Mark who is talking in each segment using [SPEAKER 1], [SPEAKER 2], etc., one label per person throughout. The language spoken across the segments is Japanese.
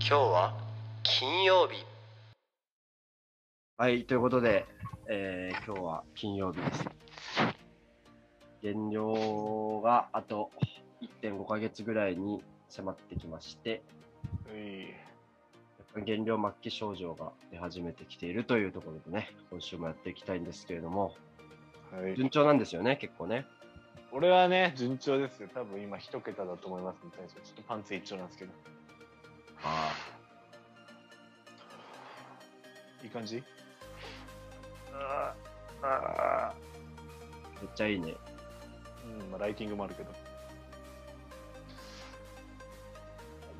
[SPEAKER 1] 今日は金曜日
[SPEAKER 2] はい、ということで、えー、今日は金曜日です。減量があと1.5ヶ月ぐらいに迫ってきまして、やっぱり減量末期症状が出始めてきているというところでね、今週もやっていきたいんですけれども、
[SPEAKER 3] はい、
[SPEAKER 2] 順調なんですよね、結構ね。
[SPEAKER 3] 俺はね、順調ですよ。多分今、一桁だと思いますみたいな。ちょっとパンツ一丁なんですけど。
[SPEAKER 2] あ
[SPEAKER 3] いい感じ
[SPEAKER 1] ああ
[SPEAKER 2] あ、めっちゃいいね。
[SPEAKER 3] うん、まあ、ライティングもあるけど。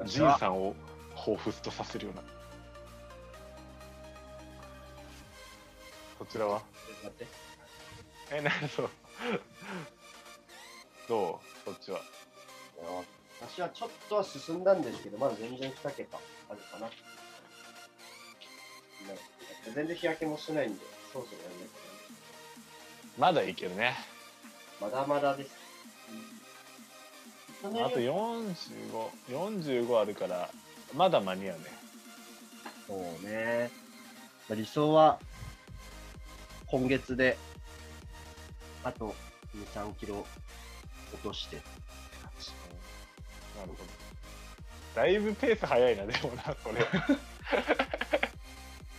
[SPEAKER 3] じ
[SPEAKER 2] 私
[SPEAKER 3] い
[SPEAKER 2] は
[SPEAKER 3] さんを彷彿とさせるような。こちらは
[SPEAKER 2] 待って
[SPEAKER 3] え、なるほど。 どうこっちは。
[SPEAKER 2] 私はちょっとは進んだんですけど、まだ全然2桁あるかな。なん全然日焼けもしないんで、そろそろやんないとね。
[SPEAKER 3] まだいけるね。
[SPEAKER 2] まだまだです。
[SPEAKER 3] あと45、45あるから、まだ間に合うね。
[SPEAKER 2] そうね。まあ理想は、今月で、あと2、3キロ落として。
[SPEAKER 3] なるほど。だいぶペース早いな、でもな、これ。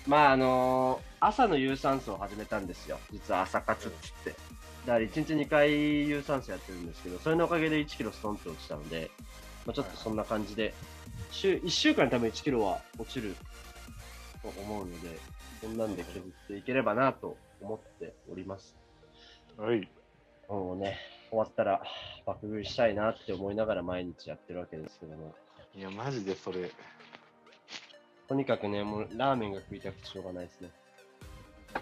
[SPEAKER 2] まあ、あのー朝の有酸素を始めたんですよ。実は朝活っつって。だから1日2回有酸素やってるんですけど、それのおかげで1キロストンと落ちたので、まあ、ちょっとそんな感じで、週1週間に多分1キロは落ちると思うので、そんなんで削っていければなと思っております。
[SPEAKER 3] はい。
[SPEAKER 2] もうね、終わったら爆食いしたいなって思いながら毎日やってるわけですけども、
[SPEAKER 3] いや、マジでそれ。
[SPEAKER 2] とにかくね、もうラーメンが食いたくてしょうがないですね。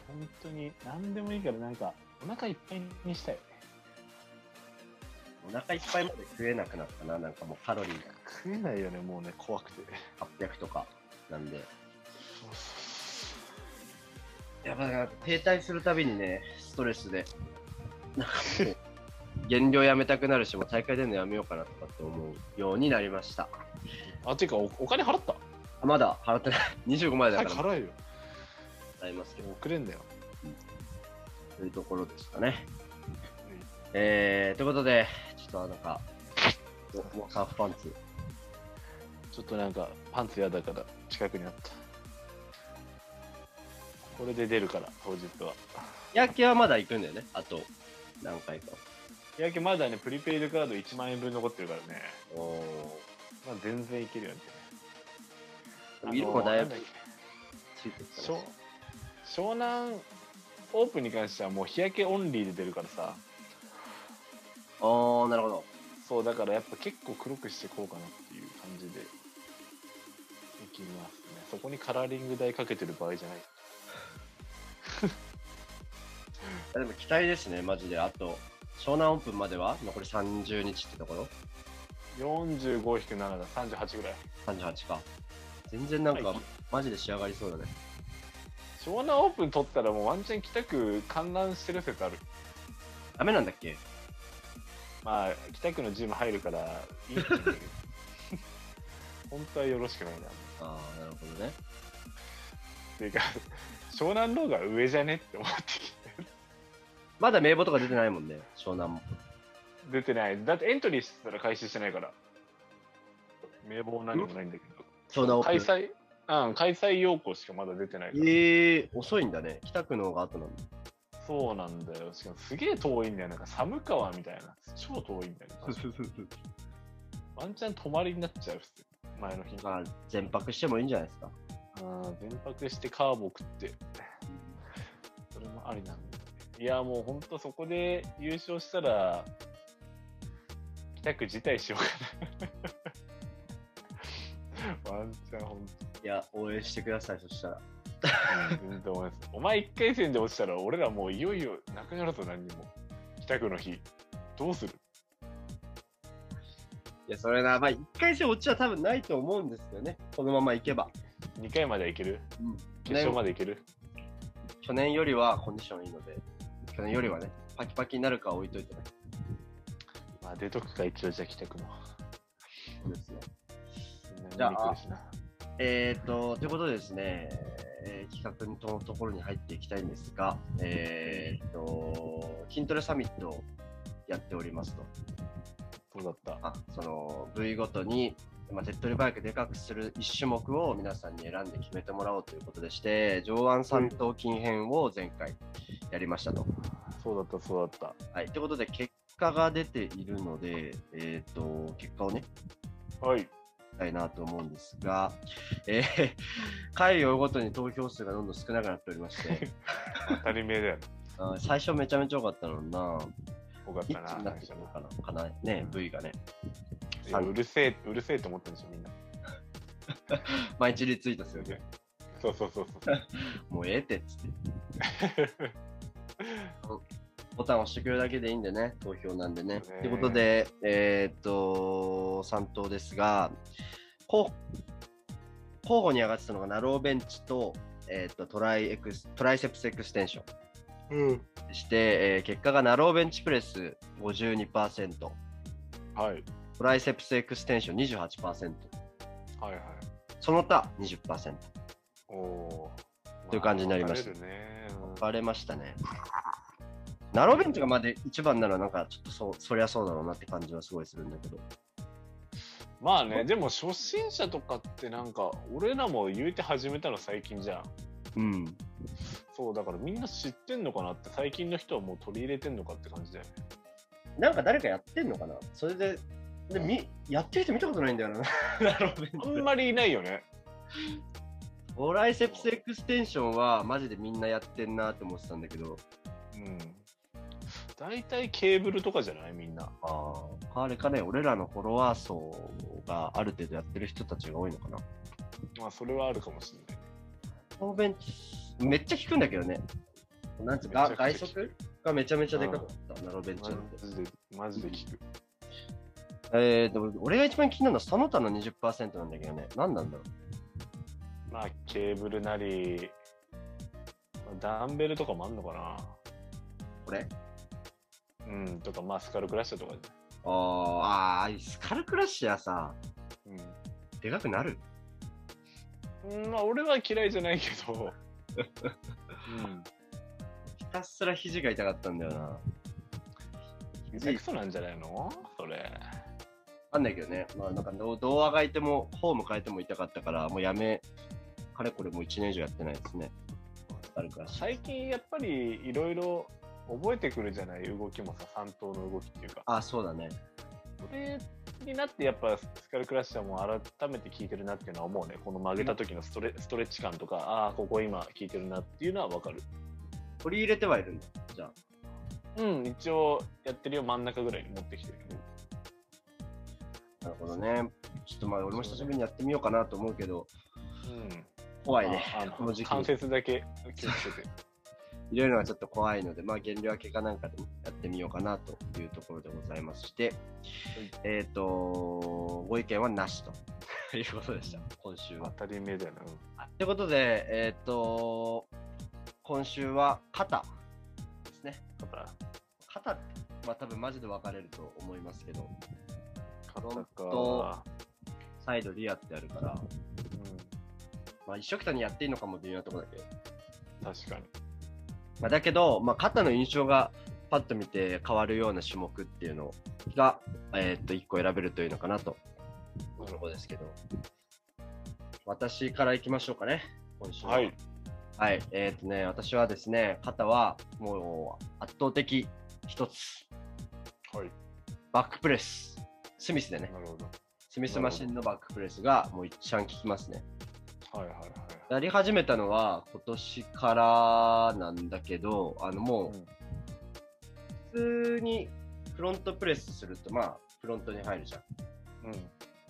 [SPEAKER 3] 本当に、何でもいいから、なんか、お腹いっぱいにしたい。
[SPEAKER 2] お腹いっぱいまで食えなくなったな、なんかもうカロリーが
[SPEAKER 3] 食えないよね、もうね、怖くて。
[SPEAKER 2] 800とかなんで。やっぱだから停滞するたびにね、ストレスで、なんかもう、 減量やめたくなるし、もう大会出るのやめようかなとかって思うようになりました。
[SPEAKER 3] あ、ていうかお、お金払った
[SPEAKER 2] あまだ払ってない。25まで だ
[SPEAKER 3] 早
[SPEAKER 2] か
[SPEAKER 3] く
[SPEAKER 2] ら
[SPEAKER 3] 払えよ。
[SPEAKER 2] 払いますけど、
[SPEAKER 3] 遅れんだよ。
[SPEAKER 2] というところですかね。えー、ということで、ちょっとなんか、おもうハーフパンツ。
[SPEAKER 3] ちょっとなんか、パンツ嫌だから、近くにあった。これで出るから、当日は。
[SPEAKER 2] 日焼けはまだ行くんだよね。あと、何回か。
[SPEAKER 3] いやけまだね、プリペイドカード1万円分残ってるからね。
[SPEAKER 2] お
[SPEAKER 3] まあ、全然いけるよね。
[SPEAKER 2] ー。色もだい
[SPEAKER 3] あの
[SPEAKER 2] ぶ
[SPEAKER 3] なんっけ
[SPEAKER 2] ついてきた
[SPEAKER 3] 湘
[SPEAKER 2] ね。
[SPEAKER 3] 湘南オープンに関してはもう日焼けオンリーで出るからさ
[SPEAKER 2] おー、なるほど。
[SPEAKER 3] そうだからやっぱ結構黒くしてこうかなっていう感じでいきますねそこにカラーリング代かけてる場合じゃない
[SPEAKER 2] いやでも期待ですね、マジで。あと、湘南オープンまでは残り30日ってところ
[SPEAKER 3] 45-7だ38ぐらい
[SPEAKER 2] ?38 か。全然なんか、
[SPEAKER 3] はい
[SPEAKER 2] マジで仕上がりそうだね。
[SPEAKER 3] 湘南オープン取ったらもうワンチャン北区観覧してる説ある
[SPEAKER 2] ダメなんだっけ
[SPEAKER 3] まあ北区のジム入るからいいんだけど 本当はよろしくないな
[SPEAKER 2] あー、なるほどね。
[SPEAKER 3] っていうか湘南の方が上じゃねって思ってきて
[SPEAKER 2] まだ名簿とか出てないもんね、湘南も。
[SPEAKER 3] 出てない。だってエントリーしてたら開始してないから。名簿も何もないんだけ
[SPEAKER 2] 湘南
[SPEAKER 3] ど。
[SPEAKER 2] オー
[SPEAKER 3] 開
[SPEAKER 2] プン。
[SPEAKER 3] 催、うん、開催要項しかまだ出てないから。
[SPEAKER 2] えー、遅いんだね。北区の方が後なんだ。
[SPEAKER 3] そうなんだよ。しかもすげえ遠いんだよ。なんか寒川みたいな。超遠いんだよ。ワンチャン泊まりになっちゃうっすよ。前の日に。
[SPEAKER 2] まあ、全泊してもいいんじゃないですか。
[SPEAKER 3] うん、全泊してカーボ食って。それもありなんだよね。いや、もうほんとそこで優勝したら、北区辞退しようかな。ワンチャンほんと
[SPEAKER 2] いや、応援してください、そしたら。
[SPEAKER 3] うん全然思います。お前一回戦で落ちたら、俺らもういよいよなくなるぞ、何にも。北区の日。どうする
[SPEAKER 2] いや、それな、まあ、一回戦落ちは多分ないと思うんですよね。このままいけば。
[SPEAKER 3] ?2 回まではいける
[SPEAKER 2] うん
[SPEAKER 3] 決勝までいける
[SPEAKER 2] 去年よりはコンディションいいので、去年よりはね、パキパキになるかは置いといてね。
[SPEAKER 3] まあ、出とくか、一応、じゃあ北区の。
[SPEAKER 2] そうですね。
[SPEAKER 3] みんな
[SPEAKER 2] じゃあ
[SPEAKER 3] 見に来るしな
[SPEAKER 2] えー、と、ということでですね、えー企画のところに入っていきたいんですが、えー、と、筋トレサミットをやっておりますと。
[SPEAKER 3] そうだった。
[SPEAKER 2] あその部位ごとに、まあ、手っ取り早くでかくする1種目を皆さんに選んで決めてもらおうということでして上腕三頭筋編を前回やりましたと。
[SPEAKER 3] そうだった、そうだっ
[SPEAKER 2] はい、ということで結果が出ているので、えー、と結果をね
[SPEAKER 3] た。はい。
[SPEAKER 2] たいなと思うんですが、えー 回を追うごとに投票数がどんどん少なくなっておりまして、
[SPEAKER 3] 当たり前だよね。
[SPEAKER 2] あー最初めちゃめちゃ多かったのにな、
[SPEAKER 3] 多かっ
[SPEAKER 2] 一
[SPEAKER 3] た
[SPEAKER 2] 気にな
[SPEAKER 3] な。
[SPEAKER 2] ってくるのかな、かなね、部位がね。
[SPEAKER 3] いやうるせえ、うるせえと思ってるんでしょ、みんな。
[SPEAKER 2] 毎日リツイートするね。
[SPEAKER 3] そうそうそうそう。
[SPEAKER 2] もうええてっつって。 ボタンを押してくれるだけでいいんでね、投票なんでね。
[SPEAKER 3] そうね
[SPEAKER 2] ということで、えーっと、3投ですが、候候補に上がってたのが、ナローベンチと、えーっと、トライエクス、トライセプスエクステンション
[SPEAKER 3] うん。
[SPEAKER 2] でして、えー結果がナローベンチプレス52%、ト
[SPEAKER 3] はい。
[SPEAKER 2] ライセプスエクステンション28%、
[SPEAKER 3] はいはい。
[SPEAKER 2] その他20%。
[SPEAKER 3] おおー。
[SPEAKER 2] という感じになりました
[SPEAKER 3] 分かれるね。うん
[SPEAKER 2] バレましたね。ナローベンチがまで一番なら、なんかちょっとそう、そりゃそうだろうなって感じはすごいするんだけど。
[SPEAKER 3] まあね、でも初心者とかってなんか、俺らも言うて始めたの最近じゃん。
[SPEAKER 2] うん。
[SPEAKER 3] そう、だからみんな知ってんのかなって、最近の人はもう取り入れてんのかって感じだよね。
[SPEAKER 2] なんか誰かやってんのかなそれで、でみやってる人見たことないんだよな。 なるほど
[SPEAKER 3] あんまりいないよね。
[SPEAKER 2] トライセプスエクステンションはマジでみんなやってんなって思ってたんだけど、
[SPEAKER 3] うん。大体ケーブルとかじゃないみんな。
[SPEAKER 2] ああれかね、俺らのフォロワー層がある程度やってる人たちが多いのかな。
[SPEAKER 3] まあ、それはあるかもしれない。
[SPEAKER 2] 方便、めっちゃ効くんだけどね。なんつうか、
[SPEAKER 3] めちゃくちゃ
[SPEAKER 2] 外食がめちゃめちゃでかかった、ナロベンチなんて。
[SPEAKER 3] マジで、マジで聞く。
[SPEAKER 2] えー、でも俺が一番気になるのはその他の20%なんだけどね。何なんだろう
[SPEAKER 3] まあ、ケーブルなり、まあダンベルとかもあんのかな
[SPEAKER 2] これ
[SPEAKER 3] うん、とか、まあ、スカルクラッシャーとかじ
[SPEAKER 2] あーあー、スカルクラッシャーさ、
[SPEAKER 3] ゃん。
[SPEAKER 2] でかくなる
[SPEAKER 3] うん。うんまあ、俺は嫌いじゃないけど。
[SPEAKER 2] ひたすら肘が痛かったんだよな。
[SPEAKER 3] うん。 下手くそなんじゃないのそれ。
[SPEAKER 2] あんないけどね、まあなんかど童話がいても、ホーム変えても痛かったから、もうやめ、かれこれもう1年以上やってないですね。あるから
[SPEAKER 3] 最近、やっぱり、いろいろ覚えてくるじゃない動きもさ、三頭の動きっていうか。
[SPEAKER 2] あ、そうだね。
[SPEAKER 3] それになって、やっぱ、スカルクラッシャーも改めて効いてるなっていうのは思うね。この曲げた時のストレストレッチ感とか、ああ、ここ今効いてるなっていうのはわかる。
[SPEAKER 2] 取り入れてはいるんだ。じゃあ、
[SPEAKER 3] うん、一応やってるよ、真ん中ぐらいに持ってきてるけど。
[SPEAKER 2] なるほどね。ちょっとまあ俺も久しぶりにやってみようかなと思うけど、
[SPEAKER 3] うん。
[SPEAKER 2] 怖いね。
[SPEAKER 3] まああの
[SPEAKER 2] この時期
[SPEAKER 3] 関節だけ気をつけて。
[SPEAKER 2] 入れるのはちょっと怖いので、まあ減量明けかなんかでもやってみようかなというところでございまして、えっ、と、ご意見はなしと いうことでした、今週
[SPEAKER 3] 当
[SPEAKER 2] は。
[SPEAKER 3] たり目だよな。うん
[SPEAKER 2] ということで、えっ、と、今週は肩ですね。
[SPEAKER 3] 肩、
[SPEAKER 2] 肩は、まあ、多分マジで分かれると思いますけど、
[SPEAKER 3] 肩
[SPEAKER 2] と
[SPEAKER 3] か。
[SPEAKER 2] サイドリアってあるから、
[SPEAKER 3] うん、
[SPEAKER 2] まあ、一緒くたにやっていいのかも微妙なところだけど、
[SPEAKER 3] 確かに。
[SPEAKER 2] まあ、だけど、まあ、肩の印象がパッと見て変わるような種目っていうのが、えっと1個選べるというのかなというところですけど、私からいきましょうかね、今週
[SPEAKER 3] はい。
[SPEAKER 2] はい、えっ、とね、私はですね、肩はもう圧倒的一つ、
[SPEAKER 3] はい。
[SPEAKER 2] バックプレス、スミスでね、
[SPEAKER 3] なるほど。
[SPEAKER 2] スミスマシンのバックプレスがもう一番効きますね。
[SPEAKER 3] はいはいはい。
[SPEAKER 2] やり始めたのは今年からなんだけど、あのもう
[SPEAKER 3] うん
[SPEAKER 2] 普通にフロントプレスすると、まあ、フロントに入るじゃん。
[SPEAKER 3] うん。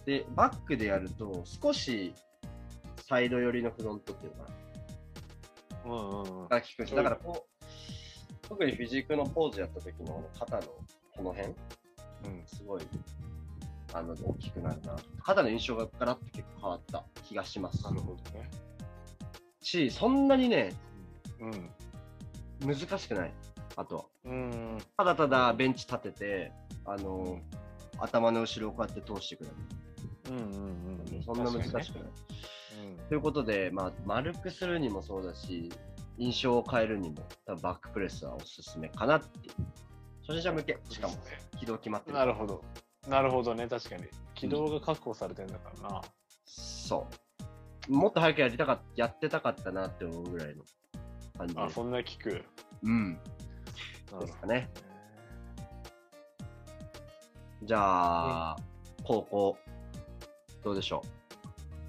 [SPEAKER 2] で、バックでやると少しサイド寄りのフロントっていうのかな。
[SPEAKER 3] うんうんうん。
[SPEAKER 2] が効くんです
[SPEAKER 3] そう
[SPEAKER 2] だからこう、特にフィジークのポーズやった時の肩のこの辺、
[SPEAKER 3] うん
[SPEAKER 2] すごい、あの、大きくなるな。肩の印象がガラッと結構変わった気がします
[SPEAKER 3] な。るほどね。
[SPEAKER 2] し、そんなにね、
[SPEAKER 3] うん。
[SPEAKER 2] 難しくない。あとは。
[SPEAKER 3] うん。
[SPEAKER 2] ただただベンチ立てて、あの、頭の後ろをこうやって通していくだけ。
[SPEAKER 3] うんうんうん。
[SPEAKER 2] そんな難しくない。
[SPEAKER 3] 確かにねうん
[SPEAKER 2] ということで、まあ、丸くするにもそうだし、印象を変えるにも、多分バックプレスはおすすめかなっていう。初心者向け、しかも
[SPEAKER 3] そうですね
[SPEAKER 2] 軌道決まってる。
[SPEAKER 3] なるほど。なるほどね、確かに。軌道が確保されてんだからな。
[SPEAKER 2] そう。もっと早くやりたかっやってたかったなって思うぐらいの感じ
[SPEAKER 3] あ、
[SPEAKER 2] です。
[SPEAKER 3] そんな聞く。
[SPEAKER 2] うん。
[SPEAKER 3] な
[SPEAKER 2] で
[SPEAKER 3] る
[SPEAKER 2] すかね。じゃあ、高校、どうでしょ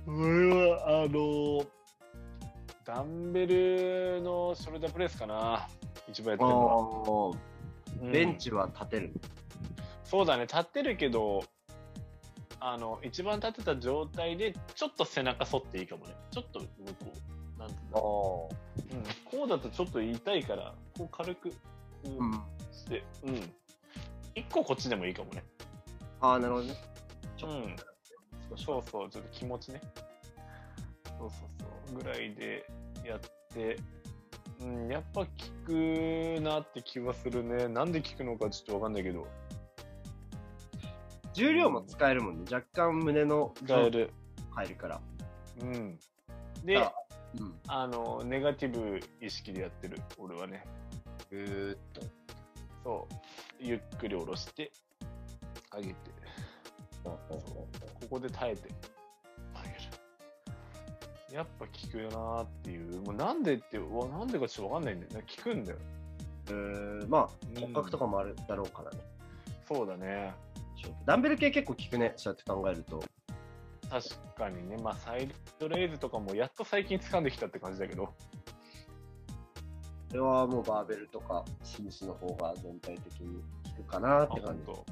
[SPEAKER 3] ほど。俺は、あのーダンベルのショルダープレスかな。一番やっ
[SPEAKER 2] う
[SPEAKER 3] てるのは。
[SPEAKER 2] おー
[SPEAKER 3] うん
[SPEAKER 2] ベンチは立てる。
[SPEAKER 3] そうだね、立ってるけど、あの、一番立てた状態で、ちょっと背中反っていいかもね。ちょっと向こう。なんていうんだろ
[SPEAKER 2] おー
[SPEAKER 3] う。うんこうだとちょっと痛いから、こう軽く、うん
[SPEAKER 2] うん。
[SPEAKER 3] して、うん。一個こっちでもいいかもね。
[SPEAKER 2] ああ、なるほどね。ちょっと
[SPEAKER 3] うん。そうそう、ちょっと気持ちね。そうそうそう。ぐらいでやって、うん、やっぱ効くなって気はするね。なんで効くのかちょっとわかんないけど。
[SPEAKER 2] 重量も使えるもんね。若干胸の
[SPEAKER 3] ガエル。
[SPEAKER 2] 入るから。
[SPEAKER 3] うん。で、
[SPEAKER 2] あうん。
[SPEAKER 3] あの、ネガティブ意識でやってる、俺はね。
[SPEAKER 2] ぐーっと。
[SPEAKER 3] そう。ゆっくり下ろして、上げて、ここで耐えて、上げる。やっぱ効くよなーっていう。もうなんでって、うわ、なんでかちょっとわかんないんだよね。効くんだよ。
[SPEAKER 2] えー、まあ、
[SPEAKER 3] うん
[SPEAKER 2] 骨格とかもあるだろうからね。
[SPEAKER 3] そうだね。
[SPEAKER 2] ダンベル系結構効くね、そうやって考えると。
[SPEAKER 3] 確かにね。まあ、サイドレイズとかもやっと最近掴んできたって感じだけど。
[SPEAKER 2] これはもうバーベルとかスミスの方が全体的に効くかなって感じ。
[SPEAKER 3] と。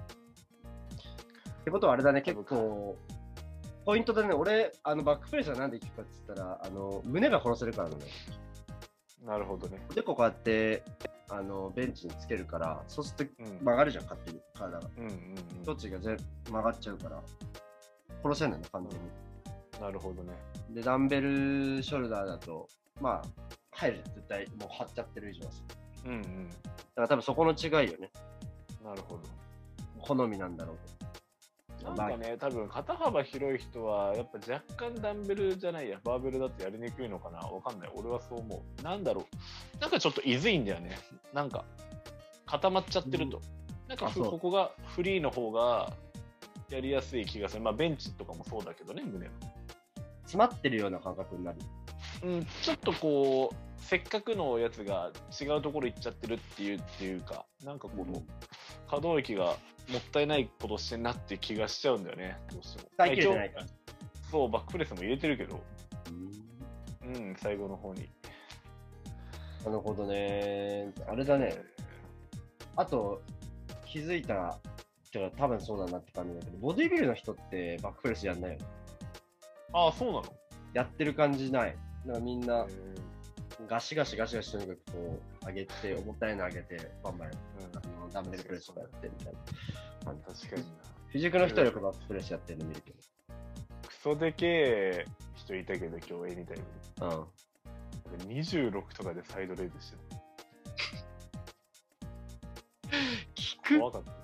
[SPEAKER 2] ってことはあれだね、
[SPEAKER 3] 多
[SPEAKER 2] 結
[SPEAKER 3] 分
[SPEAKER 2] 構、ポイントだね、俺、あのバックプレスはなんで効くかって言ったら、あの胸が殺せるからね。
[SPEAKER 3] なるほどね。
[SPEAKER 2] で、こうやって、あのベンチにつけるから、そうすると
[SPEAKER 3] うん。
[SPEAKER 2] 曲がるじゃん、勝手に体が。
[SPEAKER 3] うんうんうん
[SPEAKER 2] どっちがぜ曲がっちゃうから、殺せないの、完全に。
[SPEAKER 3] なるほどね。
[SPEAKER 2] で、ダンベルショルダーだと、まあ、入るじゃん、絶対、もう張っちゃってる以上はさ。だ
[SPEAKER 3] うんうん。
[SPEAKER 2] から多分そこの違いよね。
[SPEAKER 3] なるほど。
[SPEAKER 2] 好みなんだろうけど。
[SPEAKER 3] なんかね、多分肩幅広い人は、やっぱ若干ダンベルじゃないや、バーベルだとやりにくいのかな、わかんない、俺はそう思う。なんだろう、なんかちょっといずいんだよね、なんか固まっちゃってると、なんか
[SPEAKER 2] あそう
[SPEAKER 3] ここがフリーの方がやりやすい気がする、まあ、ベンチとかもそうだけどね、胸は。
[SPEAKER 2] 詰まってるような感覚になる。
[SPEAKER 3] うん、ちょっとこう、せっかくのやつが違うところ行っちゃってるっていうっていうか、なんかこの可動域がもったいないことしてんなって気がしちゃうんだよね、どうしても。
[SPEAKER 2] 耐えきれてないから
[SPEAKER 3] まあ一応そう、バックプレスも入れてるけど、うん、最後の方に。
[SPEAKER 2] なるほどね。あれだね。あと、気づいた、てか多分そうだなって感じだけど、ボディビルの人ってバックプレスやんないよね。
[SPEAKER 3] ああ、そうなの
[SPEAKER 2] やってる感じない。なんかみんな
[SPEAKER 3] へー
[SPEAKER 2] ガシガシガシガシとにかくこう上げて、重たいの上げて、バンバン
[SPEAKER 3] うん、
[SPEAKER 2] あのダンベルプレスとかやってみたいな。
[SPEAKER 3] 確かにな。
[SPEAKER 2] フィジックの人はよくバックプレスやってるの見るけ
[SPEAKER 3] クソでけえ人いたけど、今日エニタイム
[SPEAKER 2] ど。うん。
[SPEAKER 3] に。26とかでサイドレイズしてた。
[SPEAKER 2] 聞
[SPEAKER 3] 怖かった。い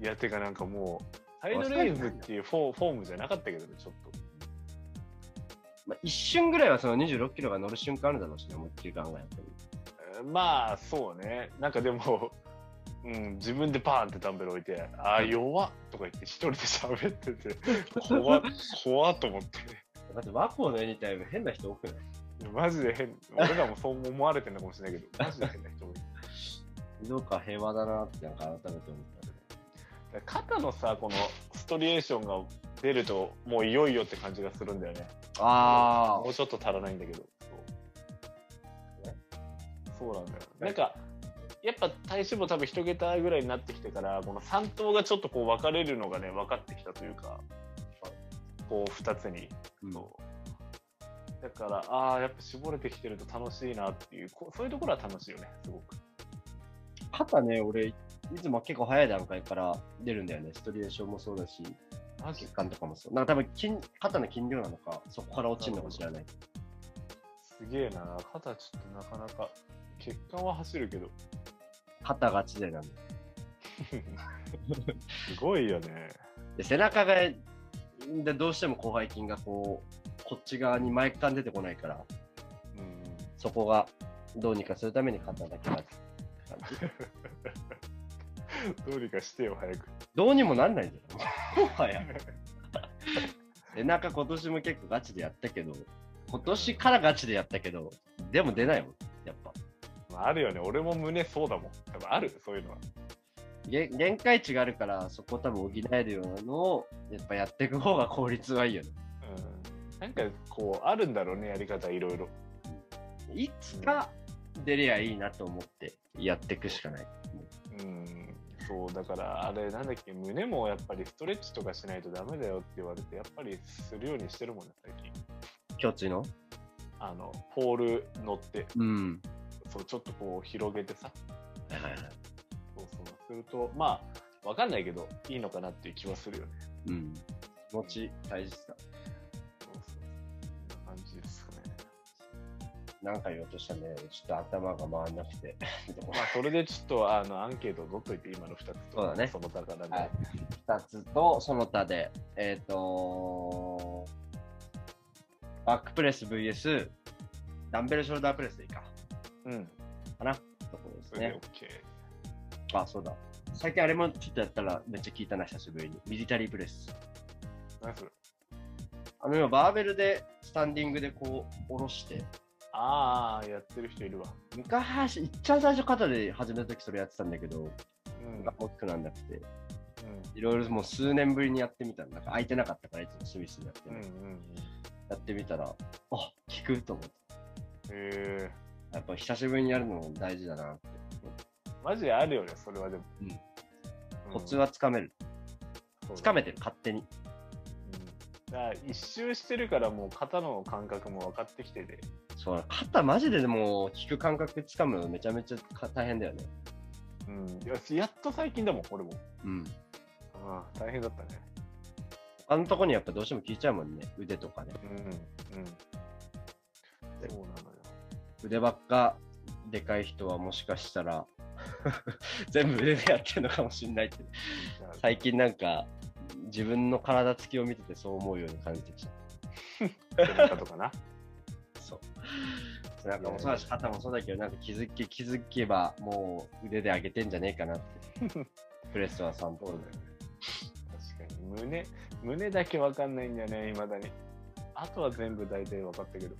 [SPEAKER 3] や、てかなんかもう、サイドレイズっていうフォーフォームじゃなかったけどね、ちょっと。
[SPEAKER 2] まあ、一瞬ぐらいはその26キロが乗る瞬間あるだろうしね、思いっきり考えても
[SPEAKER 3] まあそうねなんかでも、うん、自分でバーンってダンベル置いて「ああ弱っ」とか言って一人で喋ってて怖っ怖っと思って
[SPEAKER 2] だって和光のエニタイム変な人多くない
[SPEAKER 3] マジで変俺らもそう思われてるのかもしれないけどマジで変な人多い
[SPEAKER 2] どうか平和だなってなんか改めて思ったね。
[SPEAKER 3] だから肩のさこのストリエーションが出るともういよいよって感じがするんだよね
[SPEAKER 2] あ
[SPEAKER 3] もうちょっと足らないんだけどそうそうなんだよなんかやっぱ体脂肪多分一桁ぐらいになってきてからこの3頭がちょっとこう分かれるのがね分かってきたというかこう2つに
[SPEAKER 2] うん
[SPEAKER 3] そうだからああやっぱ絞れてきてると楽しいなっていうこうそういうところは楽しいよねすごく
[SPEAKER 2] 肩ね、俺、いつも結構早い段階から出るんだよね。ストリエーションもそうだし、
[SPEAKER 3] マ
[SPEAKER 2] 血管とかもそう。なんか多分筋、肩の筋量なのか、そこから落ちるのか知らない。
[SPEAKER 3] すげえな肩ちょっとなかなか血管は走るけど
[SPEAKER 2] 肩がちでなんだよ
[SPEAKER 3] すごいよね
[SPEAKER 2] で背中が、でどうしても広背筋がこう、こっち側に前感出てこないから、
[SPEAKER 3] うん
[SPEAKER 2] そこがどうにかするために肩だけ立つ感じ。
[SPEAKER 3] どうにかしてよ、早く。
[SPEAKER 2] どうにもなんないんだよ。もは や。背中今年も結構ガチでやったけど、今年からガチでやったけど、でも出ないもん、やっぱ。
[SPEAKER 3] まああるよね、俺も胸そうだもん。多分ある、そういうのは。
[SPEAKER 2] げ限界値があるから、そこ多分補えるようなのを、やっぱやっていく方が効率はいいよね。
[SPEAKER 3] うん。なんか、こう、あるんだろうね、やり方、いろいろ。
[SPEAKER 2] いつか出りゃいいなと思ってやっていくしかない。
[SPEAKER 3] うん。そう、だから、あれ、なんだっけ、胸もやっぱりストレッチとかしないとダメだよって言われて、やっぱりするようにしてるもんね、最近。
[SPEAKER 2] 胸椎の
[SPEAKER 3] あの、ポール乗って、
[SPEAKER 2] うん。
[SPEAKER 3] そう、ちょっとこう、広げてさ。
[SPEAKER 2] はいはいはい。
[SPEAKER 3] そうそう。すると、まあ、わかんないけど、いいのかなっていう気はするよね。
[SPEAKER 2] うん。気持ち大事だ。
[SPEAKER 3] そうそう。そんな感じですかね。
[SPEAKER 2] なんか言おうとしたね。ちょっと頭が回んなくて。
[SPEAKER 3] まあ、それでちょっとあのアンケートを取っといて、今の2つと、
[SPEAKER 2] そうだね
[SPEAKER 3] その宝で、
[SPEAKER 2] はい2つとその他で、えっ、とバックプレス VS ダンベルショルダープレスでいいか、
[SPEAKER 3] うん、
[SPEAKER 2] かなところです
[SPEAKER 3] それ
[SPEAKER 2] ね
[SPEAKER 3] で。OK。
[SPEAKER 2] あ、そうだ。最近あれもちょっとやったらめっちゃ効いたな、久しぶりに。ミリタリープレス。
[SPEAKER 3] 何それ
[SPEAKER 2] あの、今バーベルでスタンディングでこう、下ろして、
[SPEAKER 3] ああ、やってる人いるわ。
[SPEAKER 2] 昔、いっちゃん最初肩で始めた時それやってたんだけど、
[SPEAKER 3] うん、うん、
[SPEAKER 2] 大きくなんなくて、いろいろもう数年ぶりにやってみたんだ。なんか空いてなかったから、いつもスミスにやって、
[SPEAKER 3] うん、うん。うん
[SPEAKER 2] やってみたら、あ、効くと思って。
[SPEAKER 3] え
[SPEAKER 2] やっぱ久しぶりにやるのも大事だな。
[SPEAKER 3] ー、マジであるよね、それはでも。
[SPEAKER 2] うん
[SPEAKER 3] うん
[SPEAKER 2] コツ、はつかめる。
[SPEAKER 3] そうだ
[SPEAKER 2] つかめてる、勝手に。
[SPEAKER 3] うんだから一周してるから、もう肩の感覚も分かってきてて、
[SPEAKER 2] そう、肩マジででも効く感覚つかむのめちゃめちゃか大変だよね。
[SPEAKER 3] うん、よしやっと最近だもん、俺も。
[SPEAKER 2] うん。
[SPEAKER 3] ああ、大変だったね。
[SPEAKER 2] あのとこにやっぱどうしても効いちゃうもんね。腕とかね。
[SPEAKER 3] うん、うん。そうなのよ。
[SPEAKER 2] 腕ばっかでかい人はもしかしたら、 全部腕でやってるのかもしんないって。
[SPEAKER 3] じゃあ
[SPEAKER 2] 最近なんか、自分の体つきを見ててそう思うように感じてきた。
[SPEAKER 3] 背中とかな。
[SPEAKER 2] そう。なんかもそうだし、肩もそうだけど、なんか気づけ、気づけば、もう腕で上げてんじゃねえかなって。 プレスは3
[SPEAKER 3] そう
[SPEAKER 2] ポ
[SPEAKER 3] だ
[SPEAKER 2] ー
[SPEAKER 3] よ
[SPEAKER 2] ル
[SPEAKER 3] ね。確かに胸、胸だけわかんないんだよね、いまだに。あとは全部大体分かったけど、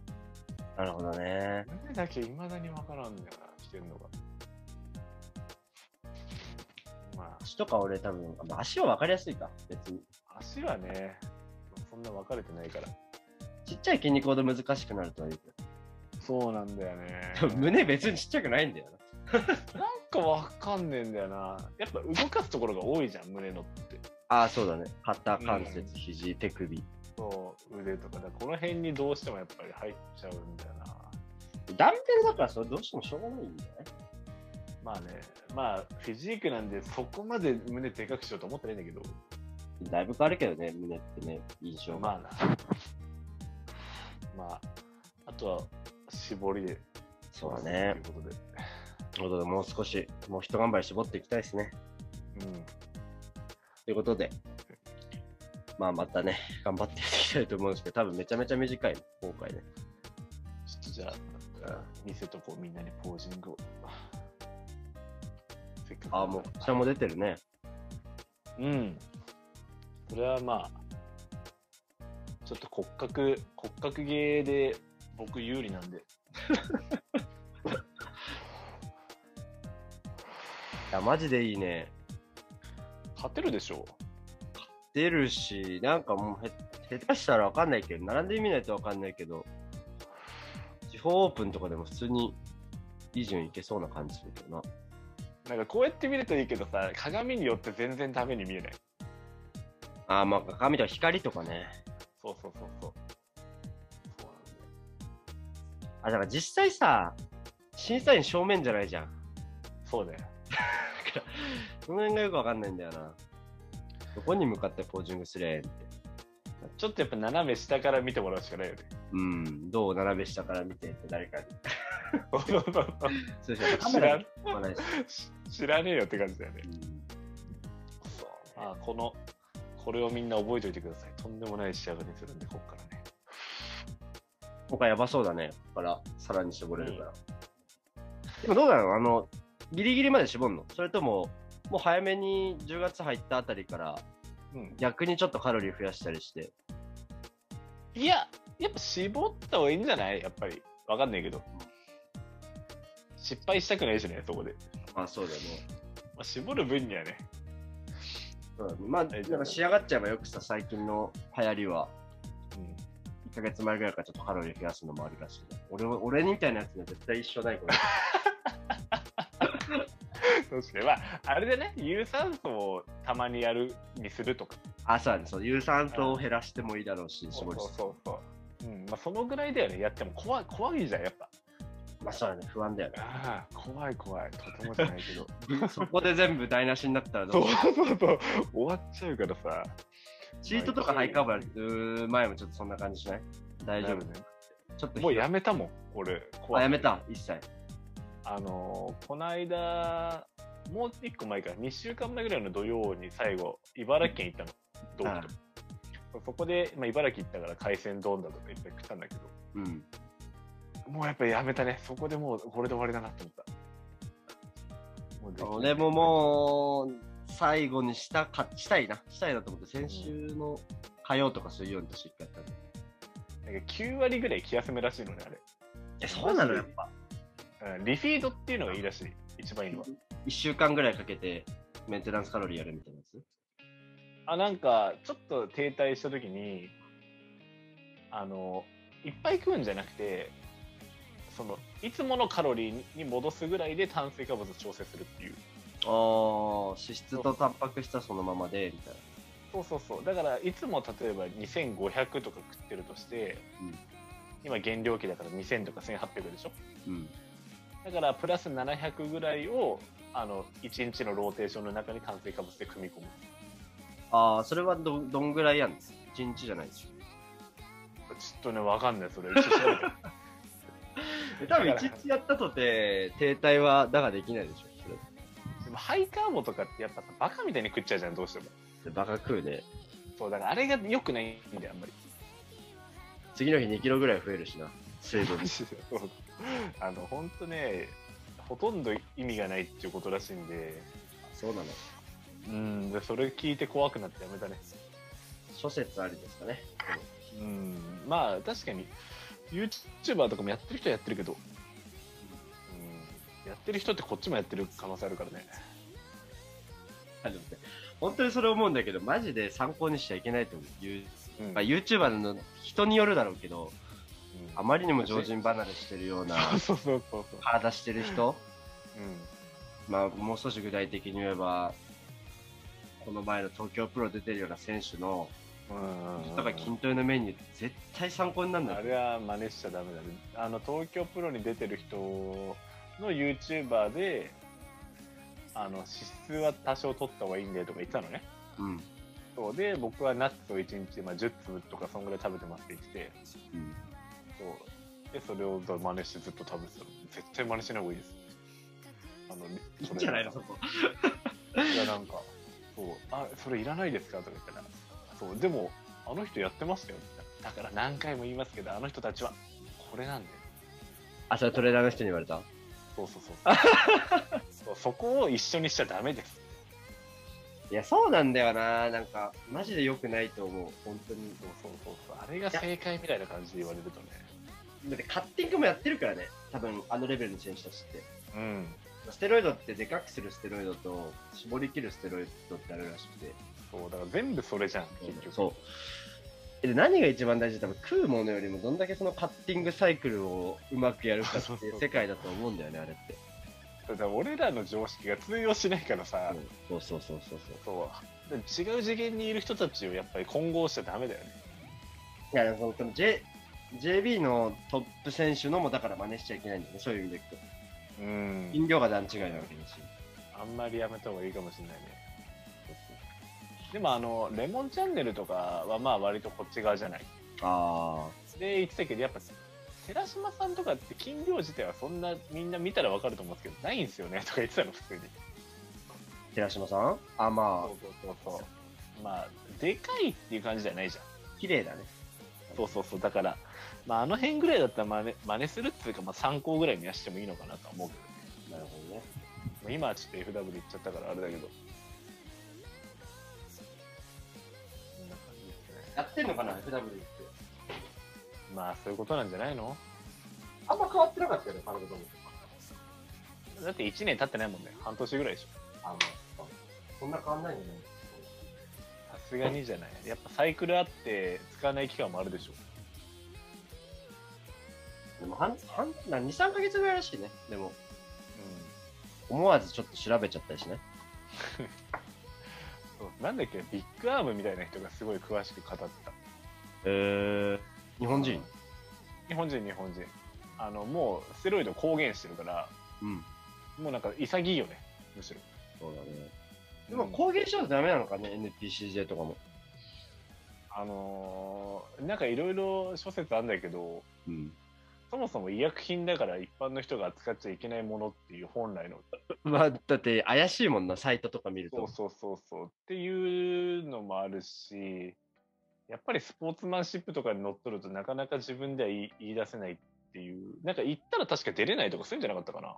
[SPEAKER 2] なるほどね。
[SPEAKER 3] 胸だけいまだに分からんだよな、してるのが。ま
[SPEAKER 2] 足とか俺多分、まあ足は分かりやすいか、別に。
[SPEAKER 3] あ、足はね、そんな分かれてないから。
[SPEAKER 2] ちっちゃい筋肉ほど難しくなるとは言う
[SPEAKER 3] そうなんだよ ね
[SPEAKER 2] けど。。胸別にちっちゃくないんだよな。
[SPEAKER 3] なんか分かんねえんだよな。やっぱ動かすところが多いじゃん、胸のって。
[SPEAKER 2] ああ、そうだね。肩関
[SPEAKER 3] うん
[SPEAKER 2] 節、肘、手首。
[SPEAKER 3] そう、腕とか。だからこの辺にどうしてもやっぱり入っちゃうんだよな。
[SPEAKER 2] ダンベルだからそれどうしてもしょうがないんだよね。
[SPEAKER 3] まあね、まあ、フィジークなんで、そこまで胸でかくしようと思ってないんだけど、
[SPEAKER 2] だいぶ変わるけどね、胸ってね、印象が。
[SPEAKER 3] まあな。まあ、あとは、絞りで。
[SPEAKER 2] そうだね。
[SPEAKER 3] ということで。
[SPEAKER 2] ということで、もう少し、もう一頑張り絞っていきたいですね。
[SPEAKER 3] うん。
[SPEAKER 2] ということで、まあまたね、頑張ってやっていきたいと思うんですけど、多分めちゃめちゃ短い、今回ね。
[SPEAKER 3] ちょっとじゃあ、見せとこう、みんなにポージングを。せっかく
[SPEAKER 2] ああ、もう、下も出てるね。
[SPEAKER 3] うん。それはまあ、ちょっと骨格、骨格芸で僕有利なんで。
[SPEAKER 2] いや、マジでいいね。
[SPEAKER 3] 勝てるでしょ
[SPEAKER 2] 出るし、なんかもうへ、下手したらわかんないけど、並んでみないとわかんないけど、地方オープンとかでも普通にいい順位いけそうな感じするけどな。
[SPEAKER 3] なんかこうやって見るといいけどさ、鏡によって全然ダメに見えない。
[SPEAKER 2] ああ、まあ、鏡とか光とかね。
[SPEAKER 3] そうそうそうそう。そうなんだよ
[SPEAKER 2] あ、だから実際さ、審査員正面じゃないじゃん。
[SPEAKER 3] そうだよ。
[SPEAKER 2] その辺がよくわかんないんだよな。どこに向かってポージングすりゃええんって。
[SPEAKER 3] ちょっとやっぱ斜め下から見てもらうしかないよね。
[SPEAKER 2] うん、どう並べ下から見てって誰かに。そうしたらカ
[SPEAKER 3] 知
[SPEAKER 2] メ
[SPEAKER 3] ら
[SPEAKER 2] ラ
[SPEAKER 3] ん
[SPEAKER 2] に飛ばないし。
[SPEAKER 3] 知らねえよって感じだよね
[SPEAKER 2] う。ん
[SPEAKER 3] あこの、これをみんな覚えておいてください。とんでもない仕上がりにするんで、こっからね。
[SPEAKER 2] 今回やばそうだね。ここから、さらに絞れるから。でもどうだろうあの、ギリギリまで絞んのそれとも、もう早めに10月入ったあたりから、
[SPEAKER 3] うん、
[SPEAKER 2] 逆にちょっとカロリー増やしたりして。
[SPEAKER 3] いや、やっぱ絞った方がいいんじゃないやっぱり。わかんないけど。失敗したくないしね、そこで。
[SPEAKER 2] まあそうだよね。
[SPEAKER 3] まあ、絞る分にはね。
[SPEAKER 2] そうだねまあ、なんか仕上がっちゃえばよくさ、最近の流行りは、
[SPEAKER 3] うん
[SPEAKER 2] 1ヶ月前ぐらいからちょっとカロリー増やすのもあるらしいね。俺は、俺みたいなやつには絶対一生ないから。
[SPEAKER 3] 確かに。まあ、あれでね、有酸素をたまにやるにするとか。
[SPEAKER 2] あ、そうだね。そう、有酸素を減らしてもいいだろうし、
[SPEAKER 3] そ
[SPEAKER 2] 絞
[SPEAKER 3] う
[SPEAKER 2] り
[SPEAKER 3] そうそうそう。うん、まあ、そのぐらいだよね。やっても怖い、怖いじゃん、やっぱ。
[SPEAKER 2] まあそうだね。不安だよね。
[SPEAKER 3] ああ、怖い怖い。とてもじゃないけど。
[SPEAKER 2] そこで全部台無しになったらど
[SPEAKER 3] そううそうそう。終わっちゃうからさ。
[SPEAKER 2] チートとかハイカバーやる前もちょっとそんな感じしない大丈夫
[SPEAKER 3] なるね。
[SPEAKER 2] ちょっと
[SPEAKER 3] もうやめたもん、俺。怖
[SPEAKER 2] あ
[SPEAKER 3] い
[SPEAKER 2] やめた、一切。
[SPEAKER 3] あのーこの間、もう一個前から、2週間前ぐらいの土曜に最後、茨城県行ったの、ドームと。そこで、まあ、茨城行ったから海鮮丼だとかいっぱい食ったんだけど、
[SPEAKER 2] うん。
[SPEAKER 3] もうやっぱやめたね。そこでもう、これで終わりだなと思った。もうできない
[SPEAKER 2] 俺ももう、最後にしたか、したいな。したいなと思って、先週の火曜とか水曜に確かやったんだ
[SPEAKER 3] なんか9割ぐらい気休めらしいのね、
[SPEAKER 2] いや、そうなのやっぱ。
[SPEAKER 3] あれ。うんリフィードっていうのがいいらしい、一番いいのは。
[SPEAKER 2] 1週間ぐらいかけて、メンテナンスカロリーやるみたいなやつ。
[SPEAKER 3] あなんかちょっと停滞した時にあのいっぱい食うんじゃなくてそのいつものカロリーに戻すぐらいで炭水化物を調整するっていう
[SPEAKER 2] あー、脂質とタンパク質はそのままで、みたいな。
[SPEAKER 3] そうそうそうだからいつも例えば2500とか食ってるとして、
[SPEAKER 2] うん
[SPEAKER 3] 今減量期だから2000とか1800でしょ
[SPEAKER 2] うん。
[SPEAKER 3] だからプラス700ぐらいをあの1日のローテーションの中に炭水化物で組み込む
[SPEAKER 2] あー、それはど、どんぐらいやんです一日じゃないでしょ。
[SPEAKER 3] ちょっとねわかんないそれ一応調べて
[SPEAKER 2] 多分一日やったとて、停滞は、だができないでしょ。それ
[SPEAKER 3] でもハイカーボとかってやっぱさバカみたいに食っちゃうじゃんどうしても
[SPEAKER 2] でバカ食うね。
[SPEAKER 3] そうだからあれが良くないんだよあんまり
[SPEAKER 2] 次の日2キロぐらい増えるしな。水 分。
[SPEAKER 3] そうあの本当ねほとんど意味がないっていうことらしいんで
[SPEAKER 2] そうなの。
[SPEAKER 3] うんでそれ聞いて怖くなってやめたね
[SPEAKER 2] 諸説ありですかね。
[SPEAKER 3] うんまあ確かに YouTuber とかもやってる人はやってるけど、うん、やってる人ってこっちもやってる可能性あるからね
[SPEAKER 2] あのね本当にそれ思うんだけど、マジで参考にしちゃいけないと思う。ユ
[SPEAKER 3] うん、
[SPEAKER 2] ーまあ、YouTuber の人によるだろうけど、
[SPEAKER 3] うん
[SPEAKER 2] あまりにも常人離れしてるような
[SPEAKER 3] そうそうそうそう
[SPEAKER 2] 体してる人、
[SPEAKER 3] う
[SPEAKER 2] まあ、もう少し具体的に言えば、この前の東京プロ出てるような選手の、
[SPEAKER 3] ん
[SPEAKER 2] 例えば筋トレのメニュー、絶対参考になるんだ
[SPEAKER 3] あ
[SPEAKER 2] よ。
[SPEAKER 3] れは真似しちゃダメだね。あの、東京プロに出てる人の YouTuber で、あの、脂質は多少取った方がいいんだよとか言ってたのね。
[SPEAKER 2] うん。
[SPEAKER 3] そうで、僕はナッツを1日、まあ、10粒とかそんぐらい食べてますって言ってて、
[SPEAKER 2] うん
[SPEAKER 3] そう。で、それを真似してずっと食べてたの。絶対真似しない方がいいです。あの、
[SPEAKER 2] いいんじゃないのそ
[SPEAKER 3] そ
[SPEAKER 2] こ。
[SPEAKER 3] れいや、なんか、そう、あ、それいらないですかとか言ったら、そう、でも、あの人やってましたよって言ったらだから何回も言いますけど、あの人たちは、これなんだよ。
[SPEAKER 2] あ、それトレーナーの人に言われた
[SPEAKER 3] そうそ うそうそう。そこを一緒にしちゃダメです。
[SPEAKER 2] いや、そうなんだよな。なんか、マジで良くないと思う。本当に。
[SPEAKER 3] そうそうそうそう。あれが正解みたいな感じで言われるとね。
[SPEAKER 2] だってカッティングもやってるからね、多分あのレベルの選手たちって。
[SPEAKER 3] うん。
[SPEAKER 2] ステロイドってでかくするステロイドと、絞り切るステロイドってあるらしくて。
[SPEAKER 3] そう、だから全部それじゃん、結局。
[SPEAKER 2] そう。で何が一番大事って多分食うものよりもどんだけそのカッティングサイクルをうまくやるか
[SPEAKER 3] そ
[SPEAKER 2] って
[SPEAKER 3] うそう
[SPEAKER 2] い
[SPEAKER 3] そうう
[SPEAKER 2] 世界だと思うんだよね、あれって。
[SPEAKER 3] だから俺らの常識が通用しないからさ、
[SPEAKER 2] そうそうそうそうそう。
[SPEAKER 3] そう。違う次元にいる人たちをやっぱり混合しちゃダメだよね。
[SPEAKER 2] いや、でもその J、JB のトップ選手のもだから真似しちゃいけないんだよね、そういう意味でいくと。
[SPEAKER 3] うん。
[SPEAKER 2] 飲料が段違いなわけだし。
[SPEAKER 3] あんまりやめた方がいいかもしれないね。でもあの、レモンチャンネルとかはまあ割とこっち側じゃない。
[SPEAKER 2] あ
[SPEAKER 3] で言ってたけどやっぱ寺島さんとかって金量自体はそんなみんな見たらわかると思うんですけどないんですよねとか言ってたの普通に
[SPEAKER 2] ー、寺島さんあ、ま
[SPEAKER 3] そうそうそうそうまあでかいっていう感じじゃないじゃ
[SPEAKER 2] あ、綺麗だね。
[SPEAKER 3] ん、そうそうそう、だから、まあ、あの辺ぐらいだったら真似真似するっていうか、まあ、参考ぐらいにはしてもいいのかなとは思うけ
[SPEAKER 2] なるほどね。
[SPEAKER 3] ど、ね、今はちょっと FW 行っちゃったからあれだけど。こんな感じですね
[SPEAKER 2] やってんのかな、FW って。
[SPEAKER 3] まあ、そういうことなんじゃないの
[SPEAKER 2] あんま変わってなかったよね、彼女とも。
[SPEAKER 3] だって1年経ってないもんね、半年ぐらいでしょ。
[SPEAKER 2] あの、そんな変わんないよね。
[SPEAKER 3] さすがにじゃない。やっぱサイクルあって使わない期間もあるでしょ。
[SPEAKER 2] でも、半、半、な2、3ヶ月ぐらいらしいね。でも、思わずちょっと調べちゃったりしね。
[SPEAKER 3] うん。そうなんだっけ、ビッグアームみたいな人がすごい詳しく語ってた。
[SPEAKER 2] えー、日本人
[SPEAKER 3] 日本人、日本人。あの、もうステロイドを公言してるから、
[SPEAKER 2] うん。
[SPEAKER 3] もうなんか潔いよね、むしろ。
[SPEAKER 2] そうだね。でも、公言しちゃダメなのかね、NPCJ とかも。
[SPEAKER 3] あのーなんかいろいろ諸説あんだけど、
[SPEAKER 2] うん。
[SPEAKER 3] そもそも医薬品だから一般の人が扱っちゃいけないものっていう本来の、
[SPEAKER 2] まあ、だって、怪しいもんな、サイトとか見る
[SPEAKER 3] そう
[SPEAKER 2] と。
[SPEAKER 3] そうそうそうっていうのもあるし、やっぱりスポーツマンシップとかに乗っとるとなかなか自分では言い言い出せないっていう、なんか言ったら確か出れないとかそういうんじゃなかったかな。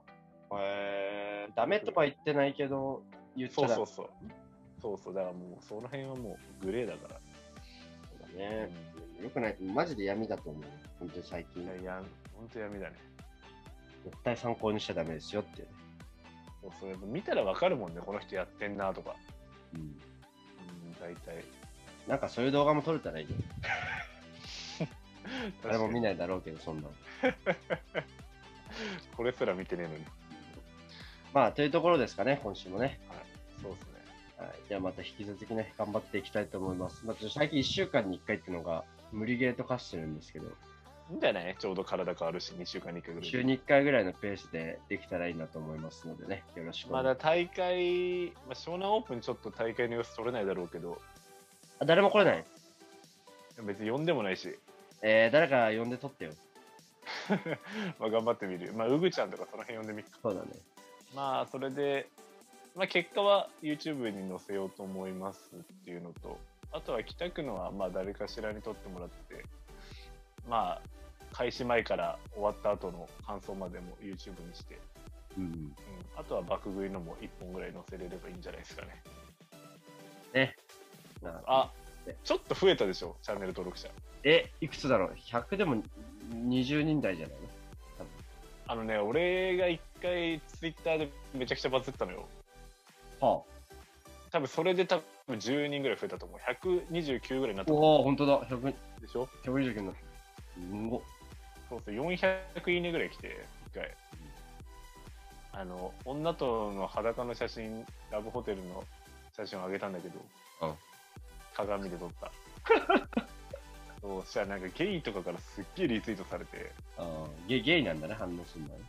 [SPEAKER 2] えー、ダメとは言ってないけど、言っち
[SPEAKER 3] そ
[SPEAKER 2] ゃ
[SPEAKER 3] う
[SPEAKER 2] ダ
[SPEAKER 3] そ
[SPEAKER 2] メ
[SPEAKER 3] うそう。そうそう、だからもうその辺はもうグレーだから。
[SPEAKER 2] だね。よくない、マジで闇だと思う。本当に最近
[SPEAKER 3] い。やいや、ほんと闇だね。
[SPEAKER 2] 絶対参考にしちゃダメですよっていうね。
[SPEAKER 3] そうそう、やっぱ見たらわかるもんね、この人やってんなとか。
[SPEAKER 2] うん。
[SPEAKER 3] うん、大体。
[SPEAKER 2] なんかそういう動画も撮れたらいいよ。誰も見
[SPEAKER 3] な
[SPEAKER 2] ないだろうけど、そんなの。
[SPEAKER 3] これすら見てねえのに。
[SPEAKER 2] まあ、というところですかね、今週もね。
[SPEAKER 3] そうですね。
[SPEAKER 2] はい。ではまた引き続きね、頑張っていきたいと思います。まあ、ちょっと最近1週間に1回っていうのが、無理ゲーと化してるんですけど、
[SPEAKER 3] いいんじゃないちょうど体変わるし、2週間に1回ぐらい。
[SPEAKER 2] 週に1回ぐらいのペースでできたらいいなと思いますのでね、よろしくお
[SPEAKER 3] ま
[SPEAKER 2] 願い
[SPEAKER 3] だ大会、まあ、湘南オープンちょっと大会の様子取れないだろうけど、
[SPEAKER 2] あ誰も来れない
[SPEAKER 3] 別に呼んでもないし、
[SPEAKER 2] えー、誰か呼んで撮ってよ。
[SPEAKER 3] まあ頑張ってみる。まあ、うぐちゃんとかその辺呼んでみっか。
[SPEAKER 2] そうだね。
[SPEAKER 3] まあ、それで、まあ、結果は YouTube に載せようと思いますっていうのと、あとは北区のは、まあ、誰かしらに撮ってもらって、まあ、開始前から終わった後の感想までも YouTube にして、
[SPEAKER 2] うん。
[SPEAKER 3] うん、あとは爆食いのも1本ぐらい載せれればいいんじゃないですかね。
[SPEAKER 2] ね。な
[SPEAKER 3] あ、ちょっと増えたでしょ、チャンネル登録者。
[SPEAKER 2] え、いくつだろう ?100 でも20人台じゃないの
[SPEAKER 3] あのね、俺が一回ツイッターでめちゃくちゃバズったのよ。
[SPEAKER 2] は
[SPEAKER 3] 多分それで多分10人ぐらい増えたと思う。129ぐらいになった
[SPEAKER 2] おお、本当だ。100
[SPEAKER 3] でしょ
[SPEAKER 2] 129になった。うんご。
[SPEAKER 3] そうそう、400いいねぐらい来て、一回。あの、女との裸の写真、ラブホテルの写真をあげたんだけど、
[SPEAKER 2] うん
[SPEAKER 3] 鏡で撮った。 そうそしたらなんかゲイとかからすっげえリツイートされて、
[SPEAKER 2] あーゲゲイなんだね、反応するんだね。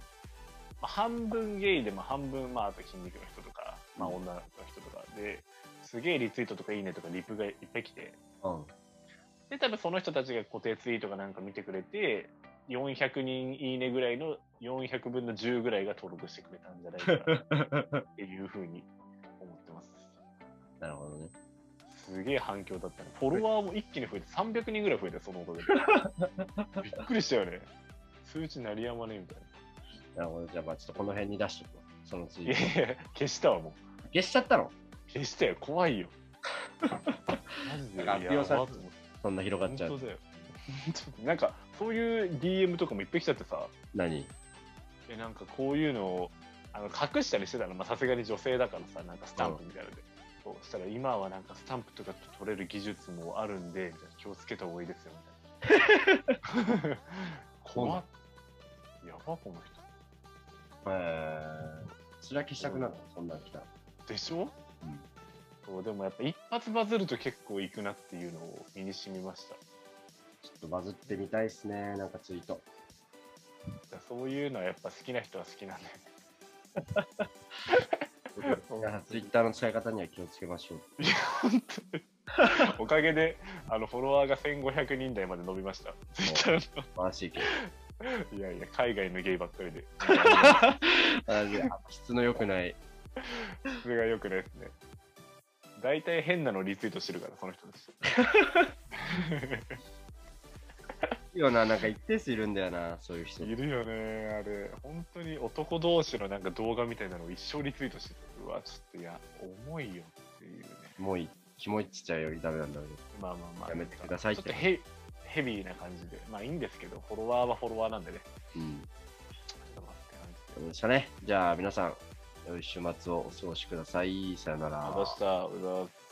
[SPEAKER 3] まあ、半分ゲイでも半分、まあ、あと筋肉の人とか、まあ、
[SPEAKER 2] うん
[SPEAKER 3] 女の人とかで、すげえリツイートとかいいねとかリプがいっぱい来て、
[SPEAKER 2] うん。
[SPEAKER 3] で、多分その人たちが固定ツイートかなんか見てくれて、400人いいねぐらいの400分の10ぐらいが登録してくれたんじゃないかなっていうふうに思ってます。
[SPEAKER 2] なるほどね。
[SPEAKER 3] すげえ反響だったね。フォロワーも一気に増えて300人ぐらい増えて、そのおかげ で。びっくりしたよね。数値鳴りやまねえみたい
[SPEAKER 2] なるほど。じゃあ、まあ、ちょっとこの辺に出しとくわ。そのツイ
[SPEAKER 3] な。い
[SPEAKER 2] ート。
[SPEAKER 3] やいや、消したわ、もう。
[SPEAKER 2] 消しちゃったの
[SPEAKER 3] 消したよ、怖いよ。マジで。
[SPEAKER 2] なんか発表されて
[SPEAKER 3] いや
[SPEAKER 2] そんな広がっ
[SPEAKER 3] 本
[SPEAKER 2] ちゃ
[SPEAKER 3] 当
[SPEAKER 2] う。
[SPEAKER 3] だよ。ちょっとなんか、そういう DM とかもいっぱい来ちゃってさ、
[SPEAKER 2] 何
[SPEAKER 3] えなんかこういうのをあの隠したりしてたの、まあさすがに女性だからさ、なんかスタンプみたいなので。そうしたら、今はなんかスタンプとか取れる技術もあるんで、みたいな気をつけた方がいいですよ、みたいな。怖っ。やば、この人。
[SPEAKER 2] えー、それは消したくなるのそんなん来たら。
[SPEAKER 3] でしょ、
[SPEAKER 2] うん
[SPEAKER 3] そうでもやっぱ一発バズると結構いくなっていうのを身に染みました。
[SPEAKER 2] ちょっとバズってみたいっすね。なんかツイート。
[SPEAKER 3] だからそういうのはやっぱ好きな人は好きなんだよね。
[SPEAKER 2] 皆 さんツイッターの使い方には気をつけましょう。
[SPEAKER 3] いや、本当におかげで、あの、フォロワーが1500人台まで伸びました。Twitter
[SPEAKER 2] 素晴らしいけど。
[SPEAKER 3] のいやいや、海外のゲイばっかりで。
[SPEAKER 2] あいや質の良くない
[SPEAKER 3] それが良くないですね。大体変なのリツイートしてるから、その人たち。
[SPEAKER 2] るよな、なんか一定数いるんだよな、そういう人。
[SPEAKER 3] いるよね、あれ。本当に男同士のなんか動画みたいなのを一生リツイートしてて、うわ、ちょっといや、重いよっていうね。
[SPEAKER 2] もういい、キモいっちゃうよりダメなんだろうけど
[SPEAKER 3] まあまあまあ。
[SPEAKER 2] やめてくださいっ
[SPEAKER 3] ちょ
[SPEAKER 2] て
[SPEAKER 3] っとヘヘビーな感じで。まあいいんですけど、フォロワーはフォロワーなんでね。
[SPEAKER 2] うん。
[SPEAKER 3] ちょっと待って感じで
[SPEAKER 2] そうでしたね。じゃあ皆さん、良い週末をお過ごしください。さよなら。
[SPEAKER 3] ありがとうございました。おはようございます。